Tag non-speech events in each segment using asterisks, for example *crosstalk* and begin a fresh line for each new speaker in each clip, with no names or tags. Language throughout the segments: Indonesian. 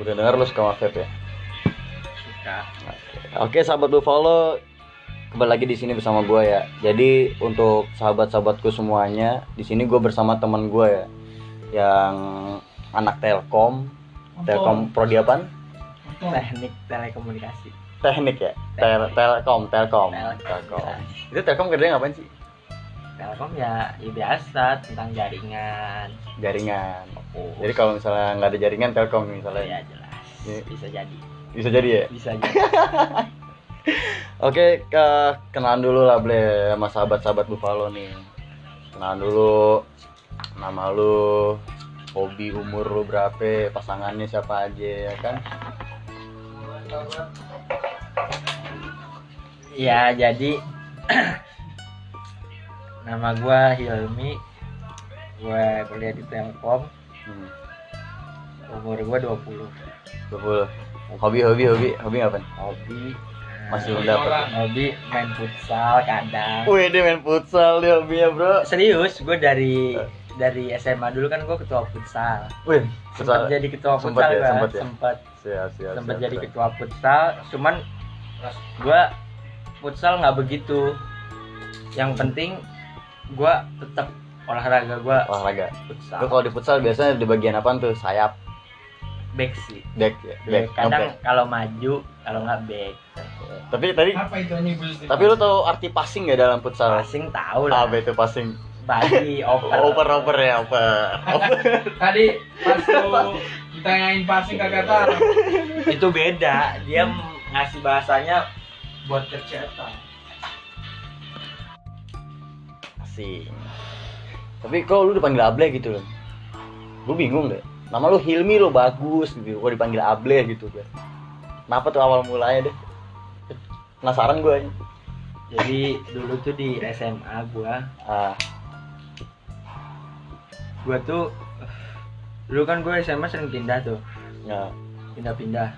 Udah denger lu suka vape ya?
suka
Oke, sahabat Buffalo, kembali lagi di sini bersama gue ya. Jadi untuk sahabat-sahabatku semuanya, di sini gue bersama teman gue ya, yang anak Telkom, Telkom Prodi apaan?
teknik telekomunikasi
Teknik ya, Tel Telkom, Telkom.
Telkom.
Itu Telkom kerjanya ngapain sih?
telkom ya, ya biasa tentang jaringan
Jaringan.
oh,
Jadi kalau misalnya nggak ada jaringan Telkom misalnya,
ya jelas
Iya.
bisa jadi
bisa jadi ya.
bisa jadi
Oke, ke- kenalan dulu lah Ble sama sahabat-sahabat Buffalo nih. Kenalan dulu nama lu, hobi, umur lu berapa, pasangannya siapa aja ya kan?
ya jadi *clears throat* nama gua Hilmi gua kuliah di telkom
Hmm.
umur gua 20
Betul. Hobi hobi hobi hobi ngapain?
hobi
Masih belum
eh,
dapat.
hobi main futsal kadang
Wih, dia main futsal dia hobinya, Bro.
serius gue dari
Eh.
dari SMA dulu kan gue ketua futsal
Wih,
sempat
futsal.
jadi ketua
Sempet
futsal
ya,
gua,
sempet ya?
sempet
Siap, siap,
sempet
siap,
jadi
siap.
ketua futsal cuman gue futsal nggak begitu
Hmm.
yang penting gue tetap olahraga gue
olahraga. Lu
futsal
kalau di futsal biasanya di bagian apaan tuh? Sayap,
back sih
back ya, back.
Iya, kadang
ngeback.
kalau maju kalau nggak back
Tapi tadi
apa itu nyebul
tapi lu tahu arti passing gak dalam futsal?
passing tahu lah
Apa itu passing? *laughs*
bagi oper
Ah, Over over ya over.
tadi pas
*laughs*
lu ditanyain passing kagak tahu
itu beda dia
Hmm.
ngasih bahasanya buat kecetan
Asing. Tapi kok lu dipanggil Able gitu loh. Gue bingung deh. Nama lu Hilmi lo bagus gitu. Kok dipanggil Able gitu kan. Kenapa tuh awal mulanya deh? Penasaran gue aja.
jadi dulu tuh di SMA gua
Ah,
gua tuh dulu kan gua SMA sering pindah tuh
ya.
pindah-pindah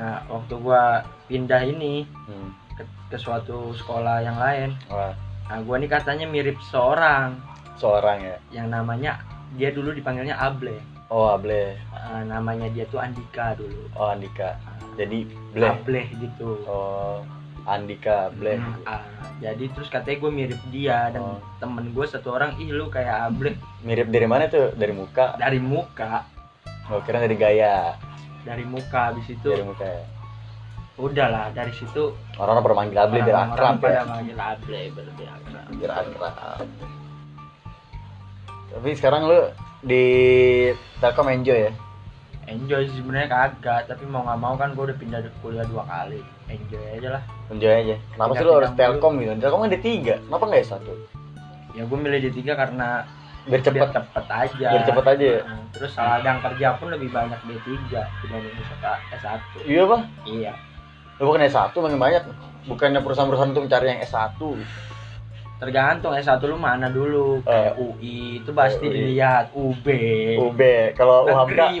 nah waktu gua pindah ini
Hmm.
ke, ke suatu sekolah yang lain
Wah,
nah gua ini katanya mirip seorang
seorang ya.
yang namanya dia dulu dipanggilnya Able
Oh, Able.
Eh, namanya dia tuh Andika dulu
Oh, Andika. Jadi Ble.
Able gitu
Oh, Andika Ble.
Hmm, ah, jadi terus katanya gue mirip dia
Oh.
dan temen gue satu orang ih lu kayak Able
Mirip dari mana tuh? Dari muka.
dari muka
Oh, kira dari gaya.
dari muka habis itu
Dari muka ya.
udahlah dari situ
Orang-orang pada manggil Able dari
orang-orang
akrab
pada
ya.
manggil Able berarti akrab
Anjir akrab. Tapi sekarang lu di Telkom enjoy ya?
enjoy sih sebenarnya kagak tapi mau nggak mau kan gue udah pindah de- kuliah dua kali enjoy aja lah
Enjoy aja. Kenapa sih lu
Pindah-pindah
harus Telkom gitu? Telkom kan ada tiga, kenapa nggak ya satu?
ya gue milih di tiga karena
Biar cepet.
biar cepet aja
Biar cepet aja ya?
Nah, terus ladang kerja pun lebih banyak D3 dibanding S1 S1
Iya pak?
iya
Lu bukan S1 makin banyak. Bukannya perusahaan-perusahaan itu mencari yang S1.
tergantung S1 lu mana dulu kayak UI itu pasti
UI.
dilihat UB
UB, kalau
Negeri,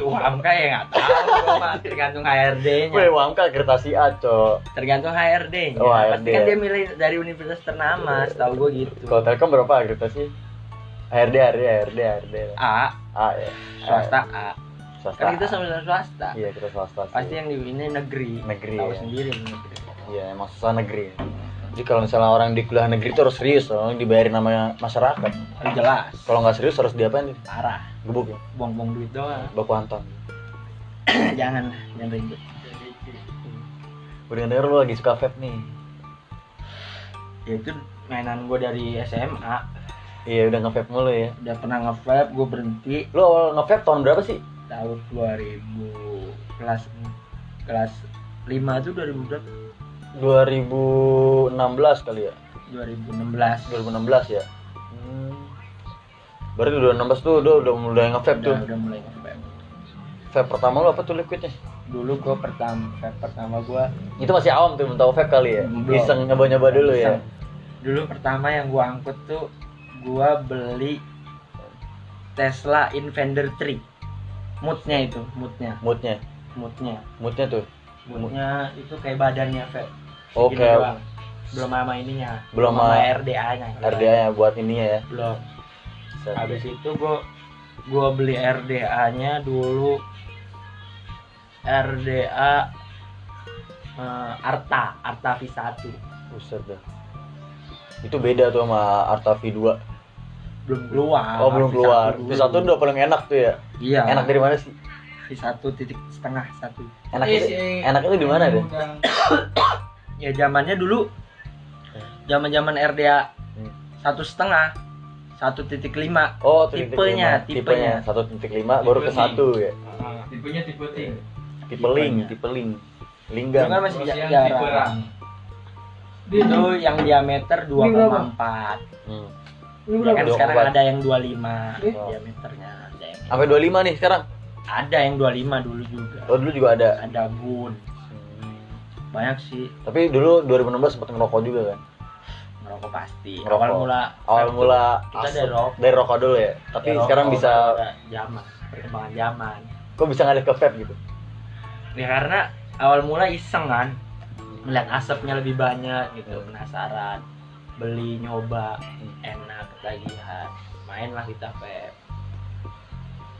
UHAMKA.
UHAMKA ya nggak tahu gua, Pak. tergantung HRD-nya
Weh, UHAMKA kertas si A, Cok.
tergantung HRD-nya.
Oh,
Pasti
HRD.
kan dia milih dari universitas ternama, setahu gue gitu.
Kalau Telkom berapa kertas sih? HRD, HRD, HRD, HRD.
A,
A ya. Eh,
swasta A.
Swasta.
Kan kita sama-sama swasta.
Iya, kita swasta. sih.
Pasti yang di ini negeri.
Negeri,
Tahu
ya.
sendiri negeri.
Iya, emang susah negeri. Jadi kalau misalnya orang di kuliah negeri itu harus serius, orang dibayarin sama masyarakat.
Yang jelas,
Kalau nggak serius harus diapain? nih?
parah.
Gebuk ya,
Buang-buang duit *clears throat* doang.
baku hantam.
jangan, jangan ribet.
Udah denger lu lagi suka vape nih.
Ya itu mainan gue dari SMA.
Iya, udah nge-vape mulu ya.
Udah pernah nge-vape, gue berhenti
Lu awal nge-vape tahun berapa sih?
tahun 2000 kelas kelas 5 tuh 2000 berapa?
2016 kali ya.
2016.
2016 ya. Hmm. Berarti 2016 tuh udah udah mulai nge-vape tuh.
Udah, udah mulai nge-vape.
Vape pertama lu apa tuh liquidnya?
dulu gue pertama vape pertama gue
Itu masih awam tuh, belum tahu vape kali ya.
Belum.
Iseng nyoba-nyoba dulu ya.
dulu pertama yang gue angkut tuh gue beli Tesla Inventor 3 moodnya itu moodnya
Moodnya,
moodnya
moodnya tuh. Oh,
moodnya itu kayak badannya vape
Oke.
Segini doang. belum sama ininya
Belum
sama
sama
RDA nya
RDA ya buat ininya ya.
belum
Set.
habis itu gue gue beli RDA nya dulu RDA eh, Arta Arta V1
Buset dah. Itu beda tuh sama Arta V2.
belum keluar
Oh, belum
V1
keluar.
Ah, dulu.
V1 udah paling enak tuh ya.
iya
Enak dari mana sih?
V1 titik setengah satu
Enak
Iya
itu.
sih.
Enak itu di mana deh?
Udah.
ya zamannya dulu zaman zaman RDA
Hmm.
satu setengah satu titik lima
Oh, 1.5.
Tipenya, tipenya.
tipenya 1.5 baru ke 1
Tipe
ya.
Ah, tipenya tipe ting
Tipe link,
Tipenya.
tipe link.
itu
Linggang.
kan masih
terus
ja-
yang tipe
jarang
rang di
itu yang diameter 2,4
Hmm.
ya kan sekarang
2,4.
ada yang 25
Eh.
diameternya ada yang
Sampai 25 nih sekarang.
ada yang 25 dulu juga
Oh, dulu juga ada.
ada gun banyak sih
Tapi dulu 2016 sempat ngerokok juga kan.
ngerokok pasti
Ngerokok.
awal mula
Awal
satu,
mula
kita
asup
dari rokok
dari rokok dulu ya. Tapi
Dari
sekarang
rokok,
bisa
ada zaman perkembangan zaman
kok bisa ngalir ke vape gitu.
ya karena awal mula iseng kan melihat asapnya lebih banyak gitu penasaran beli nyoba enak ketagihan mainlah kita vape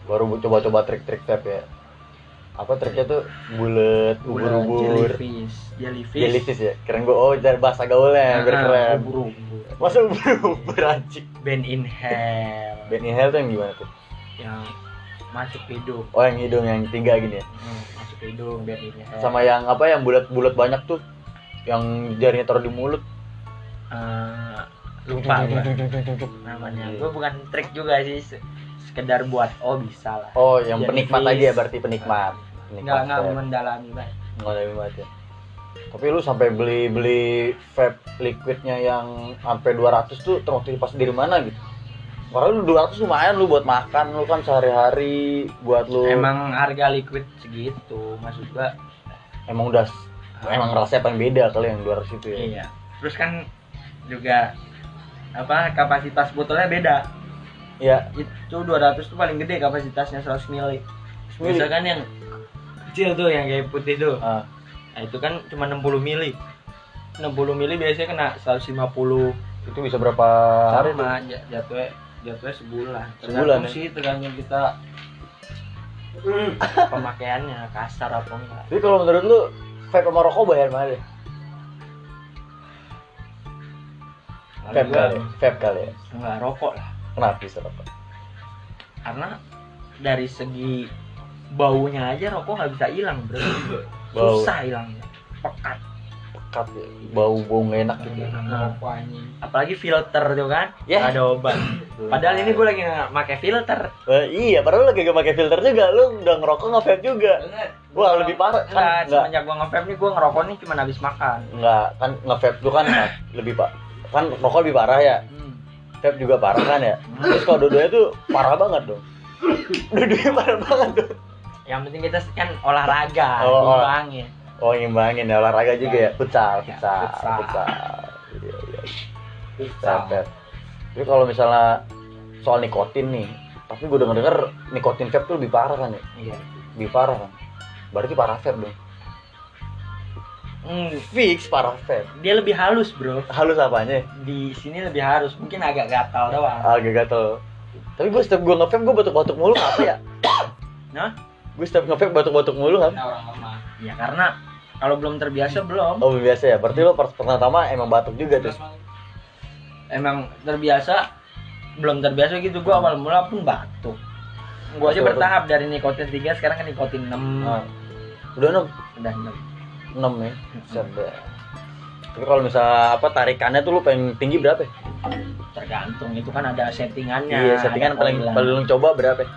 Baru coba-coba trik-trik vape ya. Apa triknya tuh bulat, ubur-ubur.
jellyfish jellyfish, Ah,
Jellyfish ya, keren gue, oh dari bahasa gaulnya, biar keren
ubur-ubur
Masa *laughs* ubur-ubur anjing
band in hell
Benny Hill tuh yang gimana tuh?
yang masuk hidung
Oh yang hidung yang tiga gini ya
Hmm, masuk hidung band in hell
Sama yang apa ya? yang bulat-bulat banyak tuh Yang jarinya taruh di mulut
Eh, lupa gua namanya
Iya.
gue bukan trik juga sih se- sekedar buat oh bisa lah
Oh yang
Jellyfish.
penikmat aja ya berarti penikmat
Nah. nggak
Penikmat
nggak
vape.
mendalami banget
Nggak ada yang banget ya Tapi lu sampai beli-beli vape liquidnya yang sampai 200 tuh termasuk pas dari mana gitu? Padahal lu 200 lumayan lu buat makan, lu kan sehari-hari buat lu
emang harga liquid segitu maksud gua
emang udah emang rasanya paling beda kali yang 200 itu ya
iya terus kan juga apa kapasitas botolnya beda
iya
itu 200 tuh paling gede kapasitasnya 100 ml
mili.
misalkan kan yang kecil tuh yang kayak putih tuh
Ah,
nah itu kan cuma 60 mili 60 mili biasanya kena 150
itu bisa berapa hari tuh?
sama j- jatuhnya jatuhnya sebulan
Sebulan,
tergantung
ya?
sih tergantung kita pemakaiannya kasar apa enggak
jadi kalau menurut lu vape sama rokok bayar ya? mana deh? vape
enggak,
kali ya? vape kali ya
enggak rokok lah
kenapa bisa rokok
karena dari segi baunya aja rokok nggak bisa hilang bro
Bau.
susah hilangnya pekat gitu. Nah,
pekat ya bau bau nggak enak gitu ya.
Kenapa anjing?
apalagi filter tuh kan
Ya.
ada obat padahal ini gue lagi nggak pakai filter
Wah, iya padahal lu gak pakai filter juga lu udah ngerokok nggak vape juga
Dengar.
wah lebih parah
Enggak,
kan nggak
semenjak gue nge-vape nih gue ngerokok nih cuma habis makan
nggak kan nge vape tuh kan lebih pak kan rokok lebih parah ya vape juga parah kan ya terus kalau dua-duanya tuh parah banget dong dua-duanya parah banget dong
yang penting kita kan olahraga
Oh, olah-
diulangin.
Oh ngimbangin ya, olahraga juga ya, futsal,
Ya,
futsal,
futsal.
futsal. Iya, iya.
Futsal.
Vape. Tapi kalau misalnya soal nikotin nih, tapi gue denger denger nikotin vape tuh lebih parah kan ya,
iya
lebih parah kan. Berarti parah vape dong.
Hmm,
Fix parah vape.
dia lebih halus bro
Halus apanya?
di sini lebih halus mungkin agak gatal doang
Agak gatel. Tapi gue setiap gue ngevape gue batuk-batuk mulu apa ya?
Hah?
Gue setiap ngevape batuk-batuk mulu
Kita
kan?
orang lemah.
ya karena kalau belum terbiasa belum
Oh biasa ya, berarti lo pas pertama emang batuk juga tuh.
emang terbiasa belum terbiasa gitu gua awal mula pun batuk gua aja
Batuk.
bertahap dari nikotin 3 sekarang ke nikotin 6
Nah, udah nom,
udah 6
6 ya Sampai. Tapi kalau misalnya apa tarikannya tuh lu pengen tinggi berapa? ya?
tergantung itu kan ada settingannya
Iya, settingan
ada
paling
koilan.
paling lu coba berapa? ya?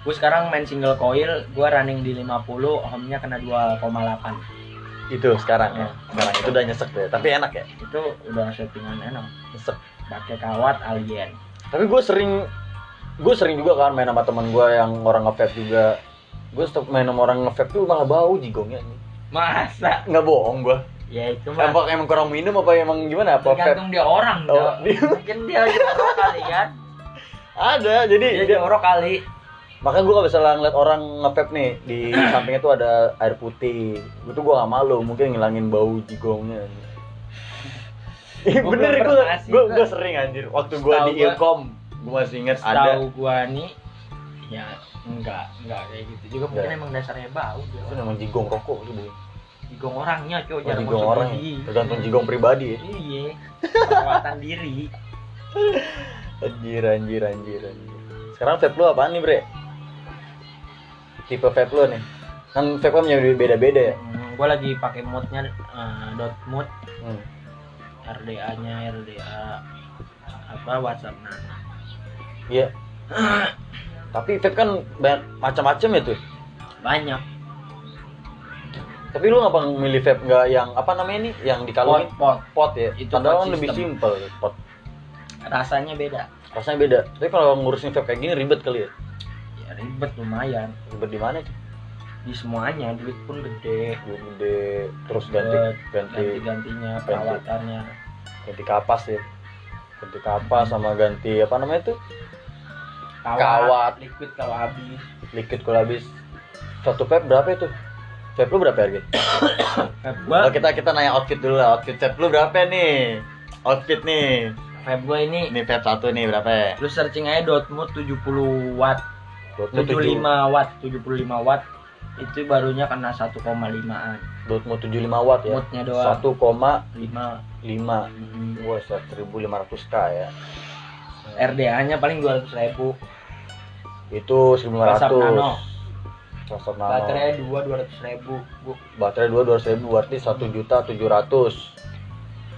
gue sekarang main single coil gue running di 50 ohmnya kena 2,8
Itu sekarang ya. Sekarang itu udah nyesek deh, tapi enak ya.
itu udah settingan enak
Nyesek.
pakai kawat alien
Tapi gue sering gue sering juga kan main sama teman gue yang orang nge-vape juga. Gue stop main sama orang nge-vape tuh malah bau jigongnya nih.
masa
Nggak bohong gue.
ya itu mah
Emang emang kurang minum apa emang gimana apa vape?
tergantung dia orang
Oh,
Dok.
dia-
mungkin dia lagi orok kali kan
*laughs* Ada, jadi
dia lagi
dia-
orok kali
makanya gue gak bisa ngeliat orang nge-vape nih di sampingnya tuh ada air putih. Itu gue gak malu, mungkin ngilangin bau jigongnya. Ih,
Gua
bener
belum
gue
pernah sih,
gue
gua.
gue sering anjir waktu gue
Setahu
di
gua-
ilkom gue masih inget ada
tahu gua nih ya enggak enggak kayak gitu juga mungkin
Enggak.
emang dasarnya bau dia
itu
orang.
memang jigong rokok itu bu
Iya, jigong orangnya cuy
Bukan
jarang
jigong
masuk
orang ya.
body.
tergantung jigong pribadi ya
iya perawatan diri
anjir anjir anjir anjir sekarang vape lu apaan nih bre tipe vape lu nih kan vape kan punya beda-beda ya
Hmm, gue lagi pakai moodnya eh, dot mood
hmm.
RDA nya RDA apa WhatsApp Nah, Nana
iya tapi vape kan banyak macam-macam ya tuh
banyak
tapi lu ngapa milih vape nggak yang apa namanya nih yang
pot
dikalungin
pot
pot ya
Itu
padahal
pot
kan lebih
system.
simpel pot
rasanya beda
rasanya beda tapi kalau ngurusin vape kayak gini ribet kali ya
ya ribet lumayan
ribet di mana tuh
di semuanya duit pun gede
Duit gede terus ganti
Ribet,
ganti
ganti gantinya perawatannya
ganti kapas ya ganti kapas sama ganti apa namanya tuh Kawat.
liquid kalau habis
liquid kalau habis satu vape berapa itu vape lu berapa harga?
vape
Oh,
gue
kita kita nanya outfit dulu lah outfit vape lu berapa nih outfit nih
vape gue ini
ini vape satu nih berapa ya?
lu searching aja Dotmut 70 watt
Oh,
75
75
watt 75 watt itu barunya kena 1,5an
mau 75 watt ya
moodnya doang
1,5
5 mm,
gua set 1500 k ya
RDA nya paling 200 ribu
itu 1500
WhatsApp Nano
WhatsApp Nano.
baterainya 2 200 ribu gua
baterai dua dua ribu berarti satu juta tujuh ratus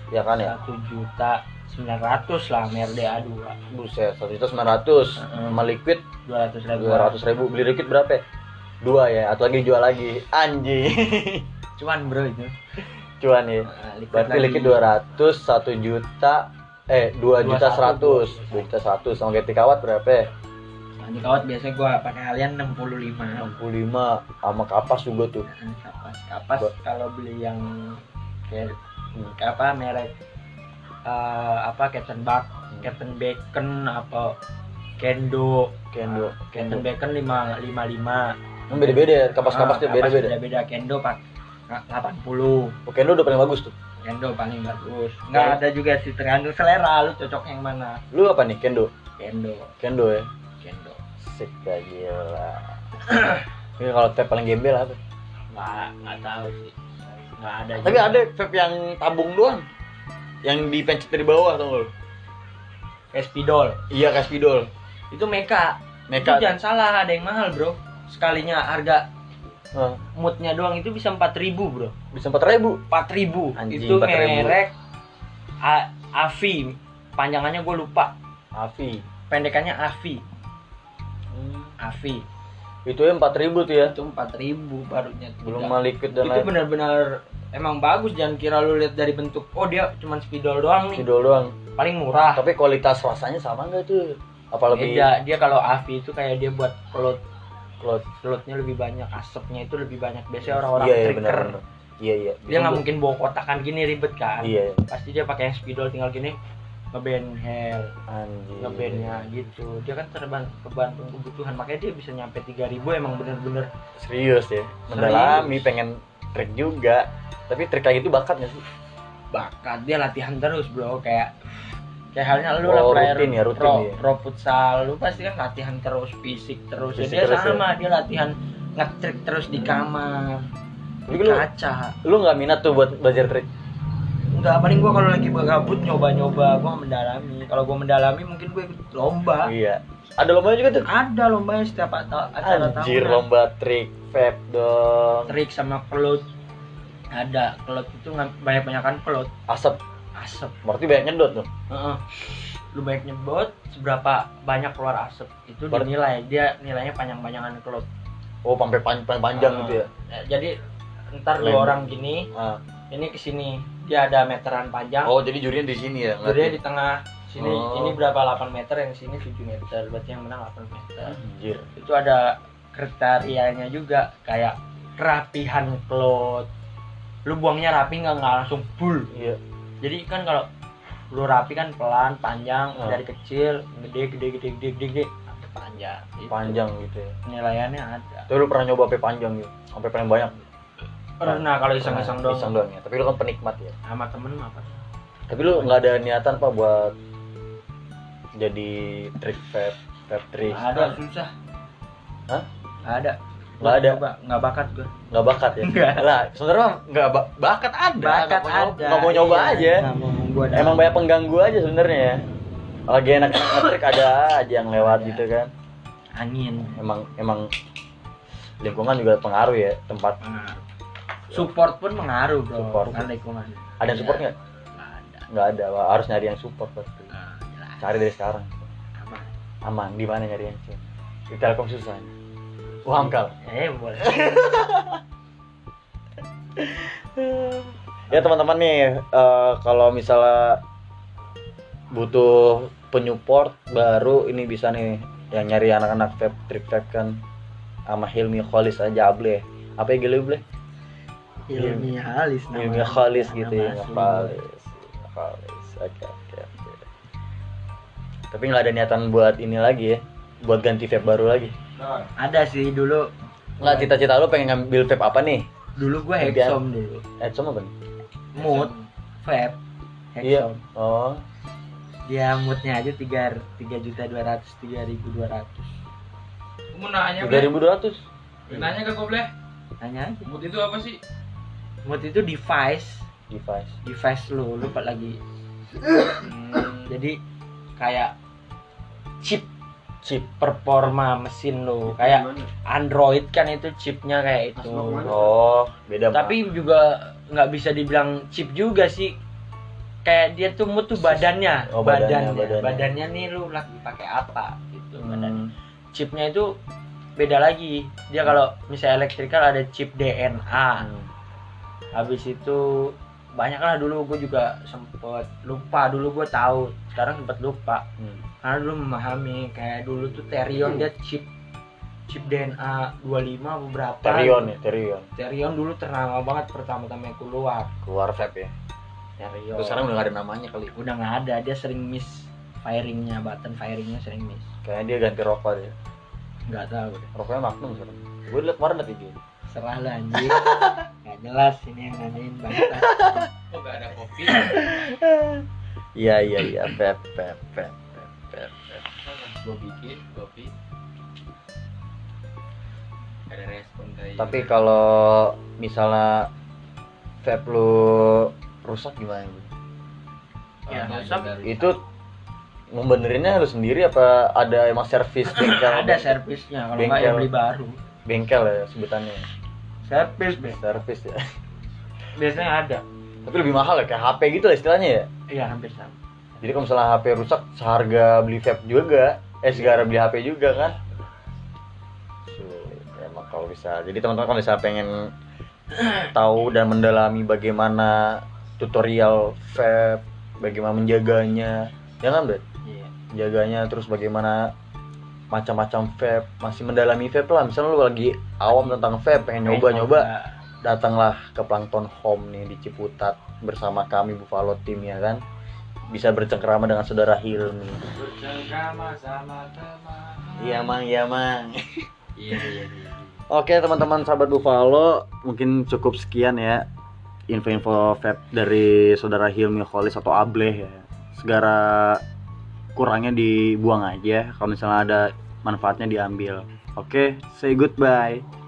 ya kan ya
1 juta 900 lah sama RDA 2
buset satu juta sembilan ratus sama liquid
200 ribu
dua ratus ribu beli liquid berapa ya? dua ya atau lagi jual lagi anjing
cuan bro itu
*laughs* cuan ya
Nah,
berarti
lagi.
liquid dua ratus satu juta eh dua juta seratus dua juta seratus sama ganti kawat berapa ya?
Ganti Nah, kawat biasanya gua pakai alien 65
enam puluh lima sama kapas juga tuh
Nah, kapas kapas
Ba-
kalau beli yang kayak apa merek eh, apa Captain Buck Captain Bacon apa Kendo
kendo kendo
Captain Bacon 555
Emang beda beda ya kapas kapas
Ah,
tuh beda beda
beda-beda Kendo pak na- 80
oh, kendo udah paling bagus tuh
Kendo paling bagus nggak ada juga sih tergantung selera lu cocok yang mana
lu apa nih kendo
Kendo
kendo ya
Kendo
Sik dah gila. Ini kalau vape paling gembel apa?
nggak nggak tahu sih nggak ada
Tapi
juga.
ada vape yang tabung doang. Yang dipencet dari bawah tau nggak lu?
Espidol
Iya kayak spidol.
itu meka itu
Nekat.
jangan salah ada yang mahal bro sekalinya harga
Hah,
moodnya doang itu bisa 4000 bro
bisa empat ribu.
4000
Anjing,
itu
4.000.
merek A- Avi panjangannya gue lupa
Afi.
pendekannya Avi
Hmm.
Avi
Itu ya empat ribu tuh ya.
itu 4000 barunya tuh.
Belum
Udah.
sama liquid dan
itu
lain.
benar-benar emang bagus jangan kira lu lihat dari bentuk oh dia cuman spidol doang nih
Spidol doang.
paling murah
Tapi kualitas rasanya sama nggak tuh? Apa lebih
beda dia kalau Avi itu kayak dia buat cloud
cloud?
cloudnya lebih banyak asapnya itu lebih banyak biasanya
Iya
orang-orang
iya benar.
tricker
benar. Iya iya.
dia nggak mungkin bawa kotakan gini ribet kan
Iya. iya.
pasti dia pakai yang spidol tinggal gini ngebenhel
Anjir.
ngebandnya gitu dia kan terban terbantu kebutuhan makanya dia bisa nyampe 3000 emang bener-bener
Serius ya. Mendalami pengen trik juga. Tapi trik kayak gitu bakat nggak sih?
bakat dia latihan terus bro kayak kayak halnya lu lah
Oh,
player
rutin ya, rutin
pro,
ya.
pro futsal lu pasti kan latihan terus fisik terus
Fisik
ya, dia
terus ya. Hmm.
sama dia latihan ngetrik terus di kamar di
Tapi kan lu-
kaca
Lu nggak minat tuh buat belajar trik?
enggak paling gua kalau lagi bergabut nyoba-nyoba gua nggak mendalami kalau gua mendalami mungkin gua ikut lomba
Iya. Ada lomba juga tuh.
ada lombanya setiap ata- acara
Anjir
tahunan.
lomba trik vape dong.
trik sama pelut ada pelut itu banyak banyakan pelut
Asap.
asap
Berarti banyak nyedot tuh.
Heeh. lu banyak nyebut seberapa banyak keluar asap itu
Ber-
dinilai dia nilainya panjang panjangan pelut
Oh, sampai pan pan- panjang gitu ya.
Eh, jadi ntar
Lem.
dua orang gini
Ah.
ini ke sini dia ada meteran panjang
Oh, jadi jurinya di sini ya.
Jadi di tengah sini
Oh.
ini berapa 8 meter yang sini 7 meter berarti yang menang 8 meter
Anjir.
itu ada kriterianya juga kayak kerapihan pelut lu buangnya rapi nggak nggak langsung full
Iya.
jadi kan kalau lu rapi kan pelan panjang
Hmm.
dari kecil gede gede gede gede gede, gede sampai panjang Itu
Panjang gitu ya.
penilaiannya ada
Tuh lu pernah nyoba vape panjang gitu. Sampai paling banyak.
pernah kalau iseng iseng
Pernah.
doang
Iseng doang ya. Tapi lu kan penikmat ya.
sama temen mah Pak.
Tapi lu nggak ada niatan Pak buat jadi trik vape, vape trik.
Nggak ada susah
Hah?
Nggak ada.
Nggak ada.
Nggak ba- Nggak bakat gue.
nggak bakat ya
Nggak.
lah sebenarnya mah nggak ba- bakat ada
Bakat
nggak mau,
ada.
nggak mau nyoba
Iya,
aja
nggak mau gua ada.
emang banyak pengganggu aja sebenarnya ya. lagi enak ngetrik ada aja yang lewat
Ada.
gitu kan
angin.
emang emang lingkungan juga pengaruh ya tempat
Pengaruh. Support pun mengaruh bro.
Support.
Kan lingkungan.
ada yang
Iya.
support nggak
Nggak ada.
nggak ada Wah, harus nyari yang support pasti
Nah, jelas.
cari dari sekarang
Aman.
aman di mana nyari yang support di telkom susah Wah, angkal.
Eh boleh.
ya teman-teman nih eh, kalau misalnya butuh penyupport baru ini bisa nih yang nyari anak-anak vape trip vape kan sama Hilmi Kholis aja able apa ya gila able
Ilmiah halis namanya.
Hilmi Kholis gitu ya
Nama asli.
Kholis Kholis oke oke oke. tapi nggak ada niatan buat ini lagi ya buat ganti vape baru lagi
Ada sih dulu.
nggak
Iya.
cita-cita lu pengen ngambil vape apa nih
Dulu gue
Impian.
hexom dulu.
Edsom apa nih
Mood, vape,
Iya.
hexom.
oh
Dia moodnya aja tiga tiga juta dua ratus tiga ribu dua ratus.
Gua mau nanya,
tiga
Bleh.
ribu dua ratus
Gua Nanya ke gue, Bleh.
Tanya aja.
Mood itu apa sih?
Mood itu device
device
device lu lu pak lagi Hmm, jadi kayak chip
chip
performa mesin lu kayak Android kan itu chipnya kayak itu
Mas, mau kemana?
oh beda Mak.
tapi juga nggak bisa dibilang chip juga sih kayak dia tuh mood tuh badannya
Oh, badannya,
badannya
badannya.
badannya nih lu lagi pakai apa gitu badannya
Hmm.
chipnya itu beda lagi dia kalau misalnya elektrikal ada chip
Hmm,
DNA habis itu banyak lah dulu gue juga sempet lupa dulu gue tahu sekarang sempet lupa
Hmm.
karena dulu memahami kayak dulu tuh Terion dia chip chip DNA 25 beberapa
Terion ya, Terion.
Terion dulu ternama banget pertama-tama yang keluar
Keluar vape ya.
Terion
Terus sekarang udah gak ada namanya kali.
udah nggak ada dia sering miss firingnya button firingnya sering miss
Kayaknya dia ganti rokok dia.
nggak tahu deh
Rokoknya Magnum sekarang. Gue liat kemarin liat video.
serah lah *laughs* anjing nggak jelas ini yang nanyain banget
Kok gak ada
*coughs*
kopi?
Iya iya iya, vape vape vape vape, vape. vape.
gue bikin kopi. Gak Ada respon kayak
Tapi kalau misalnya vape lu rusak gimana? Bu?
Iya,
Iya,
Ya,
Itu membenerinnya lu sendiri apa ada emang servis bengkel?
ada servisnya kalau nggak ya
Bengkel.
beli baru
Bengkel ya sebutannya.
servis deh
Servis ya.
biasanya ada
Tapi lebih mahal ya kayak HP gitu lah istilahnya ya.
iya hampir sama
Jadi kalau misalnya HP rusak seharga beli vape juga, eh seharga beli HP juga kan? Sulit emang kalau bisa. Jadi teman-teman kalau misalnya pengen tahu dan mendalami bagaimana tutorial vape, bagaimana menjaganya, jangan bet,
iya
jaganya terus bagaimana macam-macam vape, masih mendalami vape lah. Misalnya lu lagi awam tentang vape, pengen
Eh,
nyoba-nyoba, datanglah ke Plankton Home nih di Ciputat bersama kami Buffalo Team ya kan bisa bercengkerama dengan saudara Hilmi
Bercengkrama sama teman.
iya mang iya mang
Iya iya iya.
*laughs* oke teman-teman sahabat Buffalo mungkin cukup sekian ya info-info vape dari saudara Hilmi Kholis atau Ableh ya segara kurangnya dibuang aja kalau misalnya ada manfaatnya diambil oke say goodbye